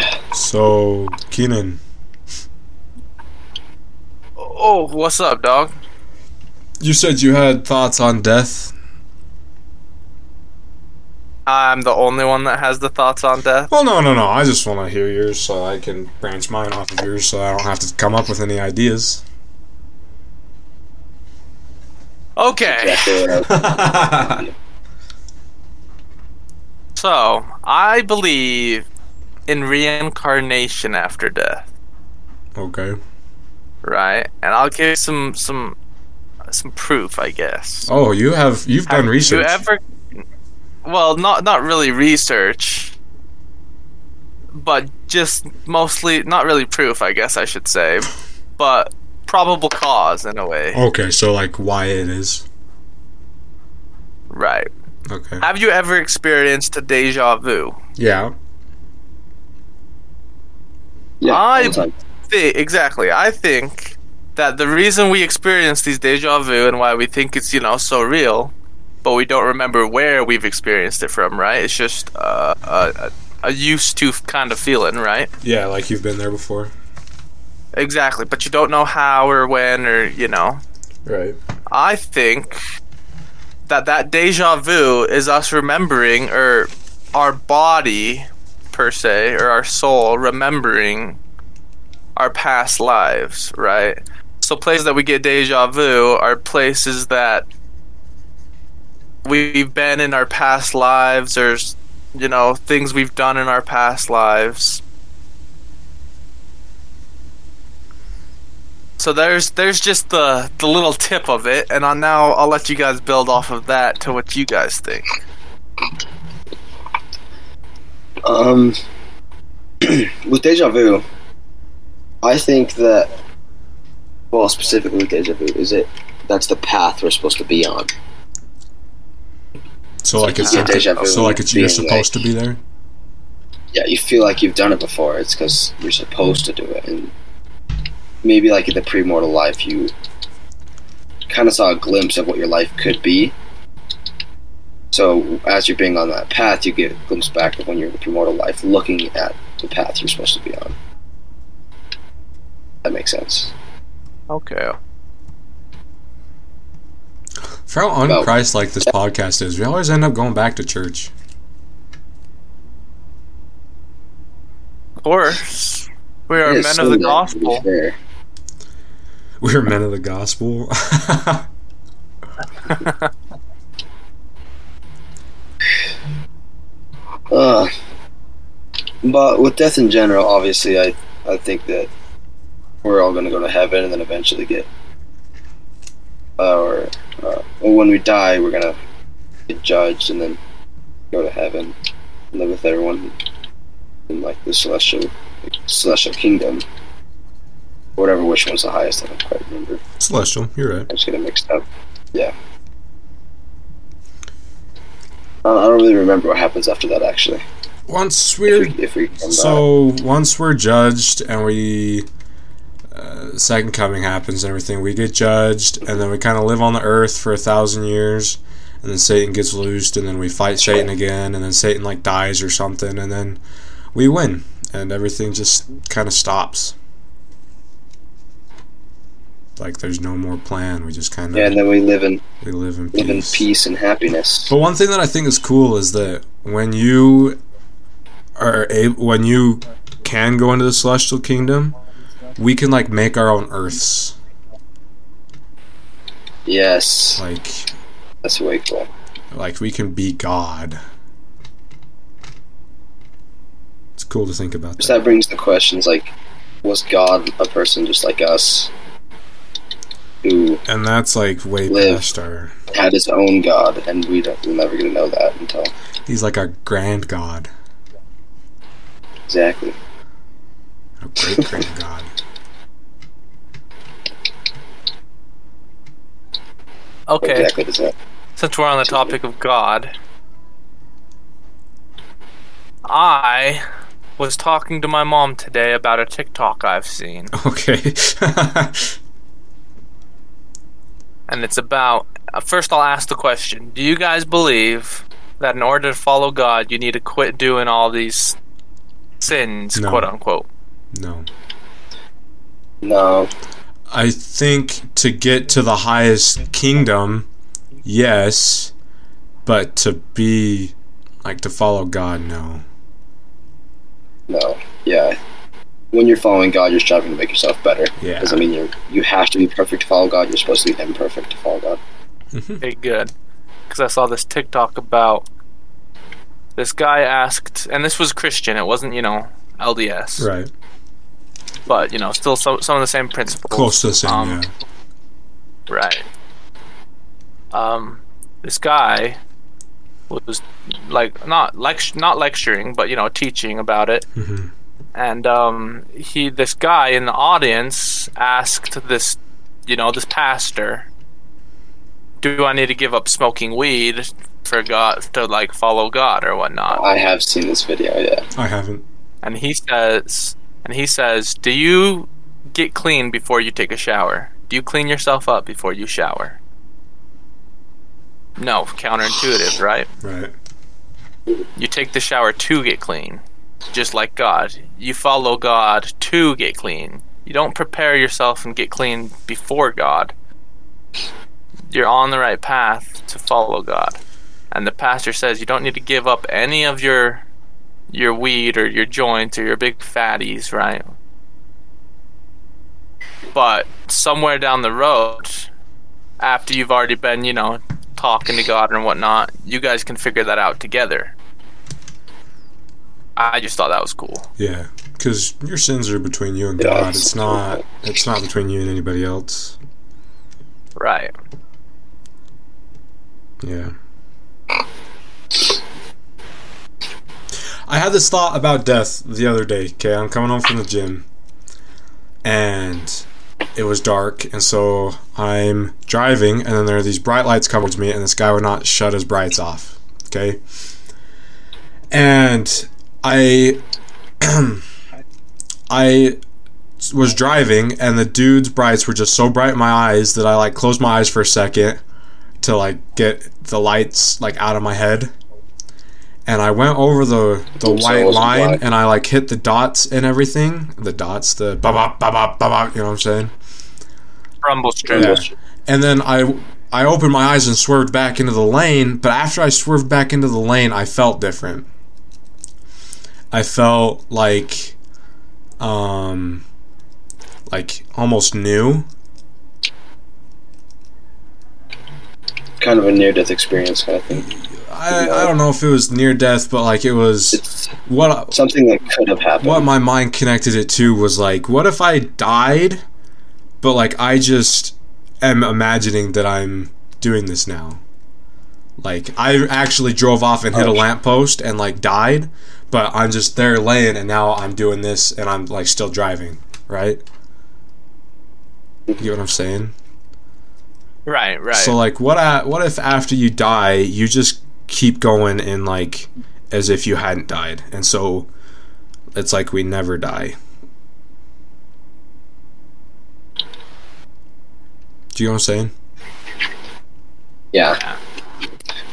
Speaker 1: so, Keenan,
Speaker 3: Oh, what's up, dog?
Speaker 1: you said you had thoughts on death.
Speaker 3: I'm the only one that has the thoughts on death.
Speaker 1: Well, no, no, no. I just want to hear yours so I can branch mine off of yours so I don't have to come up with any ideas.
Speaker 3: Okay,
Speaker 2: Exactly what I was-
Speaker 3: so I believe in reincarnation after death.
Speaker 1: okay.
Speaker 3: right? And I'll give some some some proof, I guess.
Speaker 1: Oh, you have you've
Speaker 3: Have
Speaker 1: done research.
Speaker 3: You ever? Well, not not really research, but just mostly not really proof, I guess I should say, but probable cause in a way,
Speaker 1: okay, so like why it is.
Speaker 3: right?
Speaker 1: Okay.
Speaker 3: Have you ever experienced a deja vu?
Speaker 1: Yeah.
Speaker 2: yeah,
Speaker 3: I-
Speaker 2: all the time.
Speaker 3: Thi- exactly. I think that the reason we experience these deja vu and why we think it's you know so real, but we don't remember where we've experienced it from, right? It's just uh, a, a a used to kind of feeling, right?
Speaker 1: Yeah, like you've been there before.
Speaker 3: Exactly. But you don't know how or when or you know.
Speaker 1: Right.
Speaker 3: I think that that deja vu is us remembering or our body per se or our soul remembering our past lives, right? So places that we get deja vu are places that we've been in our past lives or you know things we've done in our past lives. So there's there's just the the little tip of it, and I'll now I'll let you guys build off of that to what you guys think.
Speaker 2: Um, with deja vu, I think that, well, specifically with deja vu, is it that's the path we're supposed to be on.
Speaker 1: So like it's
Speaker 2: Yeah, deja vu
Speaker 1: so like it's you're
Speaker 2: being
Speaker 1: supposed to be there.
Speaker 2: Yeah, you feel like you've done it before. It's because you're supposed to do it, and maybe like in the premortal life, you kind of saw a glimpse of what your life could be. So as you're being on that path, you get a glimpse back of when you're in the premortal life, looking at the path you're supposed to be on. That makes sense.
Speaker 3: Okay.
Speaker 1: For how
Speaker 2: Well-
Speaker 1: unchrist like this podcast is, we always end up going back to church.
Speaker 3: Of course. We are
Speaker 2: It is
Speaker 3: men of the
Speaker 2: Sunday, to be
Speaker 3: gospel.
Speaker 2: fair.
Speaker 1: We're men of the gospel.
Speaker 2: Uh, but with death in general, obviously, I I think that we're all going to go to heaven and then eventually get, uh, or uh, well, when we die, we're going to get judged and then go to heaven, live with everyone in like the celestial celestial kingdom, whatever which one's the highest. I don't quite remember.
Speaker 1: Celestial, you're right.
Speaker 2: I just get it mixed up. Yeah. I I don't really remember what happens after that, actually.
Speaker 1: Once
Speaker 2: If
Speaker 1: we're
Speaker 2: we, if we come back.
Speaker 1: So once we're judged and we uh, second coming happens and everything, we get judged and then we kind of live on the earth for a thousand years, and then Satan gets loosed and then we fight Satan again and then Satan like dies or something and then we win and everything just kind of stops. Like there's no more plan. We just kind of
Speaker 2: Yeah, and then we live in
Speaker 1: we live in
Speaker 2: live in
Speaker 1: peace.
Speaker 2: peace and happiness.
Speaker 1: But one thing that I think is cool is that when you are able, when you can go into the celestial kingdom, we can like make our own earths.
Speaker 2: Yes,
Speaker 1: Like,
Speaker 2: that's way cool.
Speaker 1: like we can be God. It's cool to think about.
Speaker 2: So
Speaker 1: That.
Speaker 2: that brings the questions like, was God a person just like us, who
Speaker 1: And that's like way
Speaker 2: Live.
Speaker 1: past our.
Speaker 2: had his own God, and we don't, we're never gonna know that until
Speaker 1: He's like our grand God,
Speaker 2: exactly.
Speaker 1: our great grand God.
Speaker 2: What
Speaker 3: Okay.
Speaker 2: exactly does that?
Speaker 3: Since we're on the topic of God, I was talking to my mom today about a TikTok I've seen.
Speaker 1: Okay.
Speaker 3: and it's about. Uh, first, I'll ask the question: Do you guys believe that in order to follow God, you need to quit doing all these sins,
Speaker 1: No.
Speaker 3: quote unquote?
Speaker 1: No.
Speaker 2: No,
Speaker 1: I think to get to the highest kingdom, yes, but to be like to follow God, no.
Speaker 2: no, yeah. When you're following God, you're striving to make yourself better.
Speaker 1: Yeah.
Speaker 2: Doesn't mean you you have to be perfect to follow God. You're supposed to be imperfect to follow God.
Speaker 1: Mm-hmm.
Speaker 3: Okay, good. Because I saw this TikTok about this guy asked, and this was Christian. It wasn't, you know, LDS,
Speaker 1: Right.
Speaker 3: but you know, still some some of the same principles.
Speaker 1: Close to the same,
Speaker 3: Um,
Speaker 1: yeah.
Speaker 3: Right. Um, this guy was like not lect- not lecturing, but you know, teaching about it.
Speaker 1: Mhm.
Speaker 3: And um, he, this guy in the audience, asked this, you know, this pastor, "Do I need to give up smoking weed for God to like follow God or whatnot?"
Speaker 2: I have seen this video. Yeah.
Speaker 1: I haven't.
Speaker 3: And he says, and he says, "Do you get clean before you take a shower? Do you clean yourself up before you shower?" No, counterintuitive, right?
Speaker 1: Right.
Speaker 3: You take the shower to get clean, just like God. You follow God to get clean. You don't prepare yourself and get clean before God. You're on the right path to follow God. And the pastor says you don't need to give up any of your your weed or your joints or your big fatties, right? But somewhere down the road, after you've already been, you know, talking to God and whatnot, you guys can figure that out together. I just thought that was cool.
Speaker 1: Yeah. Cuz your sins are between you and
Speaker 2: Yeah,
Speaker 1: God.
Speaker 2: it's-
Speaker 1: It's not it's not between you and anybody else.
Speaker 3: Right.
Speaker 1: Yeah. I had this thought about death the other day. Okay, I'm coming home from the gym, and it was dark, and so I'm driving, and then there are these bright lights coming towards me, and this guy would not shut his brights off. Okay, and I, I was driving, and the dude's brights were just so bright in my eyes that I like closed my eyes for a second to like get the lights like out of my head. And I went over the the
Speaker 2: Oops, I
Speaker 1: white
Speaker 2: wasn't
Speaker 1: line
Speaker 2: blind.
Speaker 1: and I like hit the dots and everything. The dots, the ba ba ba ba ba ba. You know what I'm saying?
Speaker 3: Rumble strip.
Speaker 1: Yeah. And then I I opened my eyes and swerved back into the lane. But after I swerved back into the lane, I felt different. I felt like, um, like almost new.
Speaker 2: Kind of a near death experience kind of thing.
Speaker 1: I, I don't know if it was near death, but like it was
Speaker 2: It's
Speaker 1: what
Speaker 2: something that could have happened.
Speaker 1: what my mind connected it to was like, what if I died, but like I just am imagining that I'm doing this now. Like I actually drove off and hit a
Speaker 2: Oh.
Speaker 1: lamppost and like died, but I'm just there laying and now I'm doing this and I'm like still driving, right? You get what I'm saying?
Speaker 3: Right, right.
Speaker 1: So like what I, what if after you die you just keep going and like as if you hadn't died and so it's like we never die. Do you know what I'm saying?
Speaker 2: Yeah.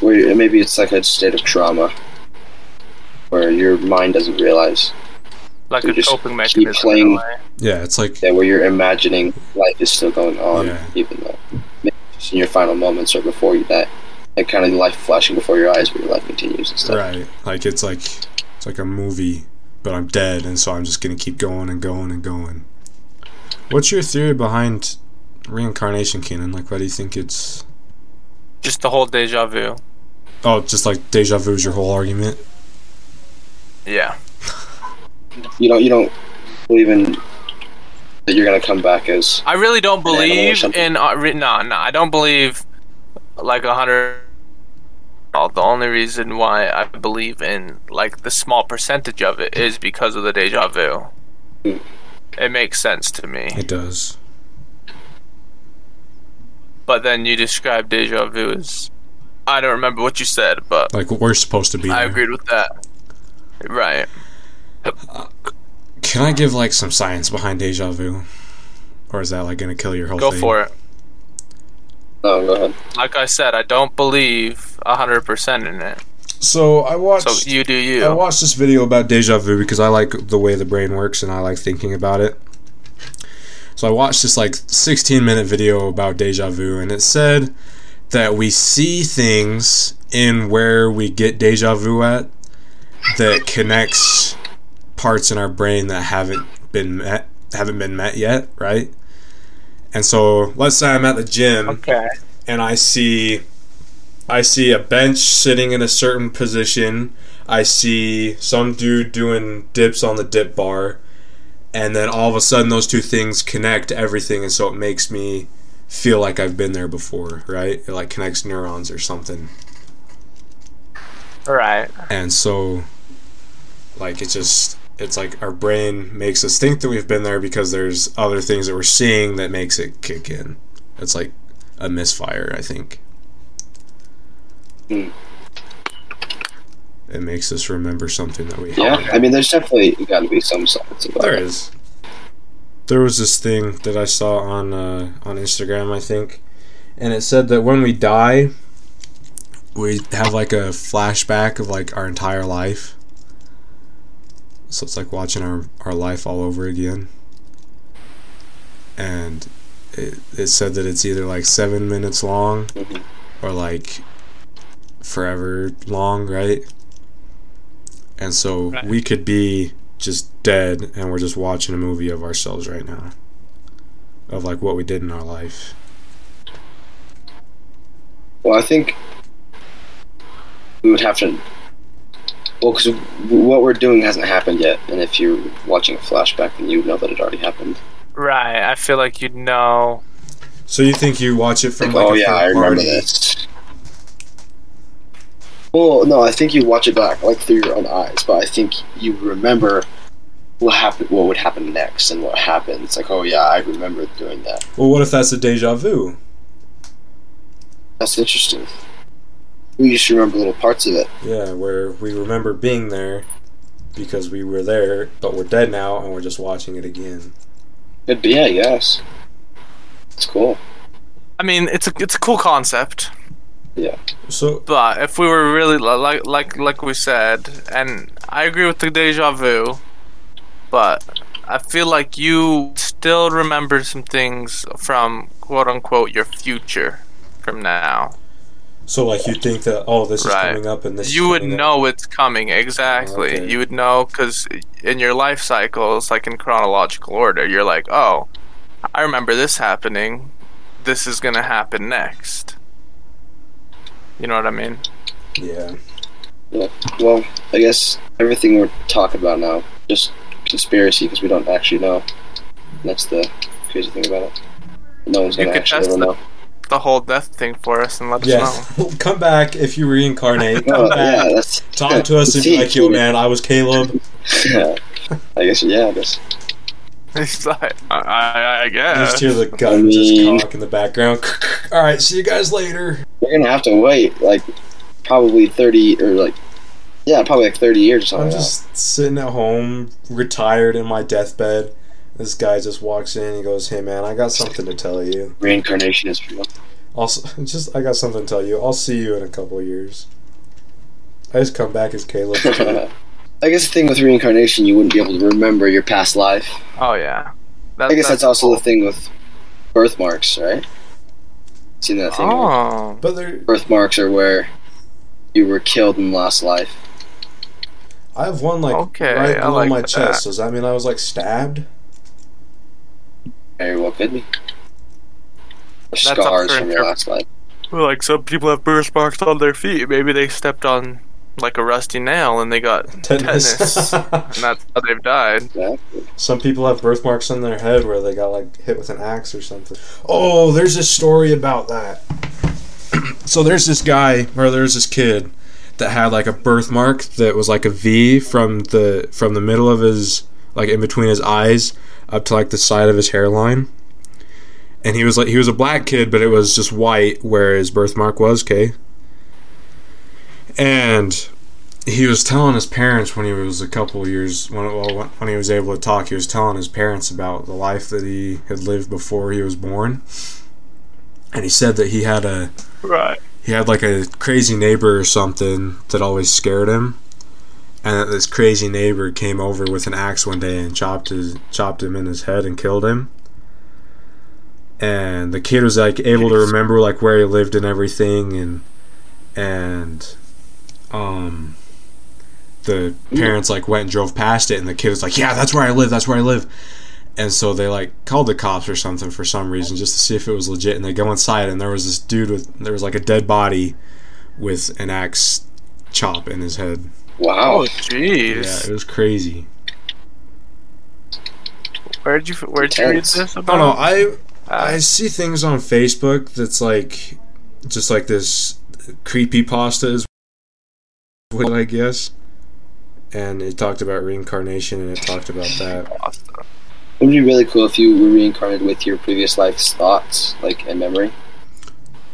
Speaker 2: Where maybe it's like a state of trauma where your mind doesn't realize
Speaker 3: like
Speaker 2: you
Speaker 3: a
Speaker 2: just
Speaker 3: coping
Speaker 2: keep
Speaker 3: mechanism. in a
Speaker 2: playing-
Speaker 3: way.
Speaker 1: Yeah, it's like
Speaker 2: that where you're imagining life is still going on,
Speaker 1: Yeah.
Speaker 2: even though maybe it's in your final moments or before you die. Like kind of life flashing before your eyes, but your life continues and stuff.
Speaker 1: right. Like it's like it's like a movie, but I'm dead and so I'm just going to keep going and going and going. What's your theory behind reincarnation, Kenan? Like why do you think it's
Speaker 3: Just the whole deja vu.
Speaker 1: Oh, just like deja vu is your whole argument?
Speaker 3: Yeah.
Speaker 2: You don't you don't believe in that you're gonna come back as
Speaker 3: I really don't
Speaker 2: animal or
Speaker 3: believe
Speaker 2: something.
Speaker 3: in. Uh, re- no, no. I don't believe like a hundred. oh, The only reason why I believe in like the small percentage of it is because of the deja vu.
Speaker 2: Mm.
Speaker 3: It makes sense to me.
Speaker 1: It does.
Speaker 3: But then you described deja vu as I don't remember what you said, but
Speaker 1: Like we're supposed to be.
Speaker 3: I
Speaker 1: here.
Speaker 3: agreed with that. Right.
Speaker 1: Can I give like some science behind deja vu, or is that like gonna kill your whole
Speaker 3: Go
Speaker 1: thing?
Speaker 3: for it.
Speaker 2: No, oh, go ahead.
Speaker 3: Like I said, I don't believe hundred percent in it.
Speaker 1: So I watched.
Speaker 3: So you do
Speaker 1: I
Speaker 3: you.
Speaker 1: watched this video about deja vu because I like the way the brain works and I like thinking about it. So I watched this like 16 minute video about deja vu and it said that we see things in where we get deja vu at that connects parts in our brain that haven't been met haven't been met yet, right? And so let's say I'm at the gym
Speaker 3: Okay.
Speaker 1: and I see I see a bench sitting in a certain position. I see some dude doing dips on the dip bar and then all of a sudden those two things connect everything and so it makes me feel like I've been there before, right? It like connects neurons or something.
Speaker 3: All right.
Speaker 1: And so like it just it's like our brain makes us think that we've been there because there's other things that we're seeing that makes it kick in. It's like a misfire, I think.
Speaker 2: Hmm.
Speaker 1: It makes us remember something that we
Speaker 2: Yeah, I mean, there's definitely got to be some science about
Speaker 1: there
Speaker 2: it.
Speaker 1: is. There was this thing that I saw on uh, on Instagram, I think, and it said that when we die, we have like a flashback of like our entire life. So it's like watching our our life all over again. And it it said that it's either like seven minutes long,
Speaker 2: Mhm.
Speaker 1: or like forever long, right? And so
Speaker 3: Right.
Speaker 1: we could be just dead and we're just watching a movie of ourselves right now of like what we did in our life
Speaker 2: Well, I think we would have to. Well, because what we're doing hasn't happened yet, and if you're watching a flashback, then you would know that it already happened.
Speaker 3: Right. I feel like you know.
Speaker 1: so you think you watch it from
Speaker 2: Like,
Speaker 1: like
Speaker 2: oh
Speaker 1: a
Speaker 2: yeah,
Speaker 1: third
Speaker 2: I remember
Speaker 1: party?
Speaker 2: this.
Speaker 4: Well, no, I think you watch it back like through your own eyes, but I think you remember
Speaker 2: What happened? What would happen next, and what happened? It's like, oh yeah, I remember doing that.
Speaker 1: well what if that's a deja vu
Speaker 2: That's interesting.
Speaker 4: we just remember little parts of it.
Speaker 1: yeah where we remember being there because we were there but we're dead now and we're just watching it again
Speaker 2: Could be, I guess. It's cool.
Speaker 3: I mean, it's a it's a cool concept.
Speaker 1: so
Speaker 3: But if we were really li- like like like we said, and I agree with the deja vu, but I feel like you still remember some things from quote unquote your future from now.
Speaker 1: so like you think that oh this
Speaker 3: Right.
Speaker 1: is coming up and this
Speaker 3: You
Speaker 1: is
Speaker 3: would
Speaker 1: coming up.
Speaker 3: know it's coming exactly.
Speaker 1: Okay.
Speaker 3: You would know because in your life cycles, like in chronological order, you're like, oh, I remember this happening. This is gonna happen next. You know what I mean?
Speaker 1: yeah
Speaker 2: Well, I guess everything we're talking about now just conspiracy because we don't actually know. And that's the crazy thing about it. No one's
Speaker 3: You
Speaker 2: gonna
Speaker 3: could
Speaker 2: actually
Speaker 3: test
Speaker 2: ever
Speaker 3: the-
Speaker 2: know.
Speaker 3: The whole death thing for us and let us know.
Speaker 1: yeah come back if you reincarnate come
Speaker 2: No,
Speaker 1: back
Speaker 2: Oh, yeah, that's
Speaker 1: talk to us and be like yo man I was Caleb
Speaker 2: yeah. I guess yeah, I guess
Speaker 3: He's like, I, I, I
Speaker 1: You
Speaker 3: guess.
Speaker 1: just hear the gun
Speaker 2: I mean-
Speaker 1: just cock in the background. All right, see you guys later.
Speaker 2: we're gonna have to wait like probably thirty or like yeah, probably like thirty years or something.
Speaker 1: I'm
Speaker 2: like
Speaker 1: just sitting at home, retired in my deathbed. This guy just walks in. He goes, "Hey man, I got something to tell you.
Speaker 2: that. reincarnation is real.
Speaker 1: Also, just I got something to tell you. I'll see you in a couple of years." I just come back as Caleb. too.
Speaker 2: I guess the thing with reincarnation, you wouldn't be able to remember your past life.
Speaker 3: Oh yeah. That,
Speaker 2: I guess that's also the thing with birthmarks, right? Seen that thing? where
Speaker 3: Oh.
Speaker 1: but there,
Speaker 2: Birthmarks are where you were killed in last life.
Speaker 1: I have one like
Speaker 3: Okay,
Speaker 1: right
Speaker 3: I
Speaker 1: below
Speaker 3: like
Speaker 1: my
Speaker 3: that.
Speaker 1: chest. Does that mean I was like stabbed?
Speaker 2: Very well could be. Or
Speaker 3: That's up
Speaker 2: scars
Speaker 3: for
Speaker 2: from your
Speaker 3: interpre-
Speaker 2: last life.
Speaker 3: Well, like some people have burst marks on their feet. Maybe they stepped on like a rusty nail and they got
Speaker 1: Tetanus.
Speaker 3: Tetanus. and that's how they've died.
Speaker 2: Yeah.
Speaker 1: Some people have birthmarks on their head where they got like hit with an axe or something. Oh, there's a story about that. so there's this guy or there's this kid that had like a birthmark that was like a V from the from the middle of his like in between his eyes up to like the side of his hairline. And he was like he was a black kid, but it was just white where his birthmark was, okay? And he was telling his parents when he was a couple years when well, when he was able to talk he was telling his parents about the life that he had lived before he was born and he said that he had a
Speaker 3: Right.
Speaker 1: he had like a crazy neighbor or something that always scared him, and that this crazy neighbor came over with an axe one day and chopped his chopped him in his head and killed him. And the kid was like able to remember like where he lived and everything, and and um the parents like went and drove past it, and the kid was like, "Yeah, that's where I live. That's where I live." And so they like called the cops or something for some reason just to see if it was legit. And they go inside, and there was this dude with there was like a dead body with an axe chop in his head.
Speaker 2: Wow.
Speaker 3: Oh, jeez.
Speaker 1: Yeah, it was crazy.
Speaker 3: Where'd you Where'd you read
Speaker 2: Intense.
Speaker 3: this
Speaker 1: I don't
Speaker 3: about?
Speaker 1: know. I I
Speaker 3: Uh,
Speaker 1: see things on Facebook that's like just like this creepy pasta is what I guess. And it talked about reincarnation, and it talked about
Speaker 3: Ah,
Speaker 1: that.
Speaker 2: It would be really cool if you were reincarnated with your previous life's thoughts, like and memory.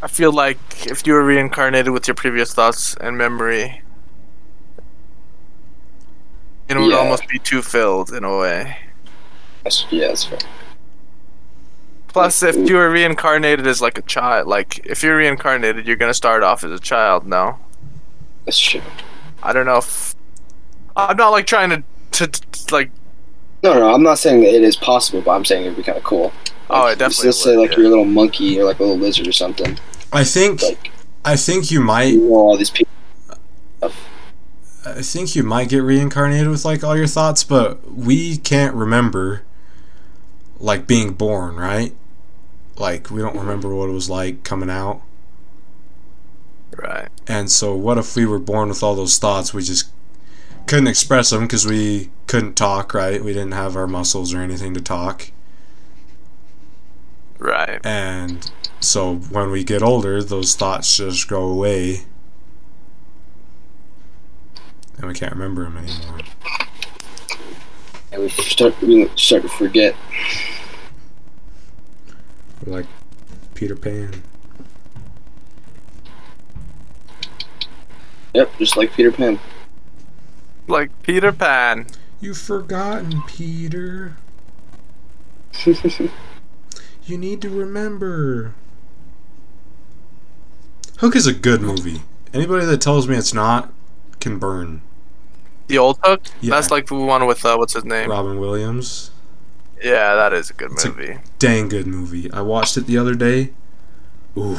Speaker 3: I feel like if you were reincarnated with your previous thoughts and memory, it would
Speaker 2: Yeah.
Speaker 3: almost be too filled in a way.
Speaker 2: That's, yeah, that's fair.
Speaker 3: Plus, if you were reincarnated as like a child, like if you're reincarnated, you're gonna start off as a child. No,
Speaker 2: That's true.
Speaker 3: I don't know if I'm not like trying to to, to like.
Speaker 2: No, no, I'm not saying that it is possible, but I'm saying it would be kind of cool.
Speaker 3: Oh, it
Speaker 2: Like,
Speaker 3: definitely.
Speaker 2: Let's say
Speaker 3: would,
Speaker 2: like
Speaker 3: yeah.
Speaker 2: you're a little monkey or like a little lizard or something.
Speaker 1: I think
Speaker 2: Like
Speaker 1: I think you might
Speaker 2: you know all these people.
Speaker 1: I think you might get reincarnated with like all your thoughts, but we can't remember like being born, right? Like we don't remember what it was like coming out.
Speaker 3: right.
Speaker 1: And so what if we were born with all those thoughts? We just couldn't express them cuz we couldn't talk, right? We didn't have our muscles or anything to talk.
Speaker 3: Right.
Speaker 1: And so when we get older, those thoughts just go away. And we can't remember them anymore.
Speaker 2: And we start we start to forget.
Speaker 1: We're like Peter Pan.
Speaker 2: Yep, just like Peter Pan.
Speaker 3: Like Peter Pan.
Speaker 1: You've forgotten, Peter. You need to remember. Hook is a good movie. Anybody that tells me it's not can burn.
Speaker 3: The old Hook.
Speaker 1: Yeah.
Speaker 3: That's like the one with uh, what's his name.
Speaker 1: Robin Williams.
Speaker 3: Yeah, that is a good
Speaker 1: It's a-
Speaker 3: movie.
Speaker 1: Dang good movie. I watched it the other day. Ooh,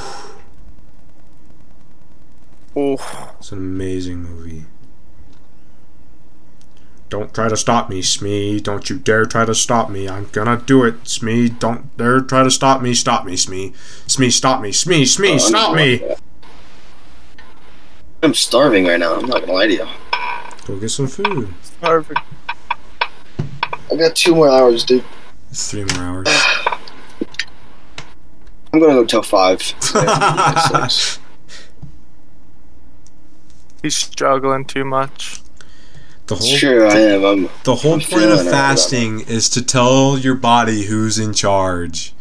Speaker 3: Oh,
Speaker 1: it's an amazing movie. Don't try to stop me, Smee. Don't you dare try to stop me. I'm gonna do it, Smee. Don't dare try to stop me. Stop me, Smee. Smee, stop me. Smee, Smee,
Speaker 2: Oh,
Speaker 1: stop
Speaker 2: I'm
Speaker 1: me.
Speaker 2: I'm starving right now. I'm not gonna lie to you.
Speaker 1: Go get some food.
Speaker 3: perfect.
Speaker 4: I got two more hours, dude.
Speaker 1: It's three more hours.
Speaker 2: I'm gonna go till five. Six.
Speaker 3: He's struggling too much.
Speaker 1: the whole
Speaker 2: It's true, I am. I'm,
Speaker 1: the whole
Speaker 2: I'm
Speaker 1: point of
Speaker 2: feeling it.
Speaker 1: fasting is to tell your body who's in charge.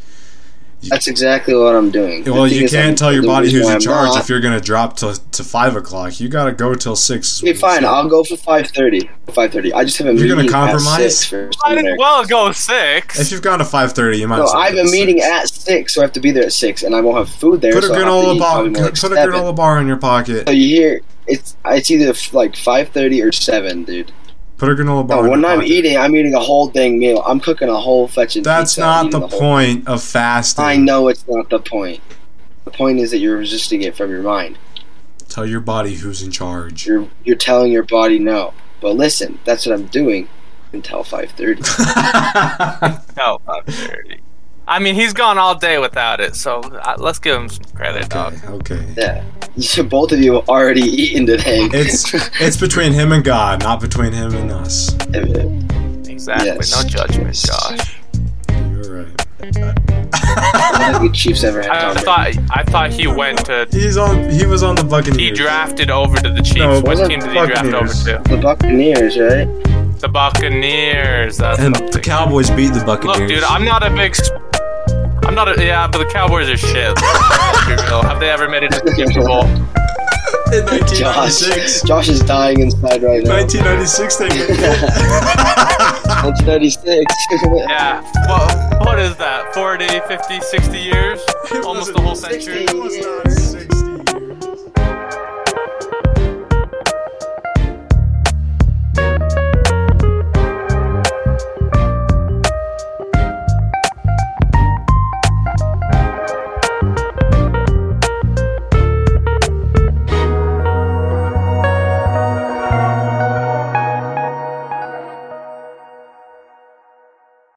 Speaker 2: that's exactly what I'm doing. The
Speaker 1: Well,
Speaker 2: thing
Speaker 1: you
Speaker 2: is, I'm-
Speaker 1: can't tell your
Speaker 2: the
Speaker 1: body
Speaker 2: reason
Speaker 1: who's
Speaker 2: why
Speaker 1: in
Speaker 2: I'm
Speaker 1: charge
Speaker 2: not-
Speaker 1: if you're gonna drop to to five o'clock. You gotta go till six.
Speaker 2: Okay, fine. I'll go for five thirty. Five thirty. I just have a
Speaker 1: You're
Speaker 2: meeting.
Speaker 1: gonna
Speaker 2: at
Speaker 1: compromise?
Speaker 2: six for
Speaker 3: Might as
Speaker 2: dinner.
Speaker 3: well go
Speaker 1: If
Speaker 3: six.
Speaker 1: you've gone to five thirty, you might.
Speaker 2: No,
Speaker 1: as well
Speaker 2: I have
Speaker 1: go
Speaker 2: a
Speaker 1: to
Speaker 2: meeting
Speaker 1: six.
Speaker 2: at six, so I have to be there at six, and I won't have food there.
Speaker 1: Put a
Speaker 2: so I'll have to
Speaker 1: granola
Speaker 2: eat
Speaker 1: bar.
Speaker 2: probably more like
Speaker 1: Put a
Speaker 2: seven.
Speaker 1: granola bar in your
Speaker 2: So
Speaker 1: pocket.
Speaker 2: you hear it's it's either f- like five thirty or seven, dude.
Speaker 1: Put a granola bar.
Speaker 2: No,
Speaker 1: in your
Speaker 2: when I'm
Speaker 1: pocket.
Speaker 2: eating, I'm eating a whole dang meal. I'm cooking a whole fetching.
Speaker 1: that's
Speaker 2: pizza. I'm
Speaker 1: not
Speaker 2: eating
Speaker 1: the
Speaker 2: whole-
Speaker 1: point of fasting.
Speaker 2: I know it's not the point. The point is that you're resisting it from your mind.
Speaker 1: Tell your body who's in charge.
Speaker 2: You're you're telling your body no. But listen, that's what I'm doing until five thirty.
Speaker 3: No, five thirty. I mean, he's gone all day without it, so uh, let's give him some credit. dog.
Speaker 1: okay. Okay.
Speaker 2: yeah, both of you have already eaten today.
Speaker 1: It's it's between him and God, not between him and us.
Speaker 3: Exactly.
Speaker 2: Yes.
Speaker 3: No judgment,
Speaker 2: Yes.
Speaker 3: Josh.
Speaker 1: You're right.
Speaker 2: I don't think the Chiefs ever had
Speaker 3: I
Speaker 2: Tom Brady.
Speaker 3: thought I thought he went to.
Speaker 1: He's on. He was on the
Speaker 3: He
Speaker 1: Buccaneers.
Speaker 3: drafted over to the Chiefs.
Speaker 1: No,
Speaker 3: what team did he draft
Speaker 1: Buccaneers.
Speaker 3: over
Speaker 2: the Buccaneers, right?
Speaker 3: to? The Buccaneers. That's
Speaker 1: and
Speaker 3: what I'm
Speaker 1: the
Speaker 3: thinking.
Speaker 1: Cowboys beat the Buccaneers.
Speaker 3: Look, dude, I'm not a big. s- I'm not a yeah, but the Cowboys are shit. Let's be real. Have they ever made it to the Super Bowl?
Speaker 1: in
Speaker 2: Josh,
Speaker 1: 1996.
Speaker 2: Josh is dying inside right now.
Speaker 1: 1996, they made it.
Speaker 2: 1996.
Speaker 3: Yeah. Well, what is that? 40, 50, 60 years? Almost the whole century?
Speaker 1: It was 96.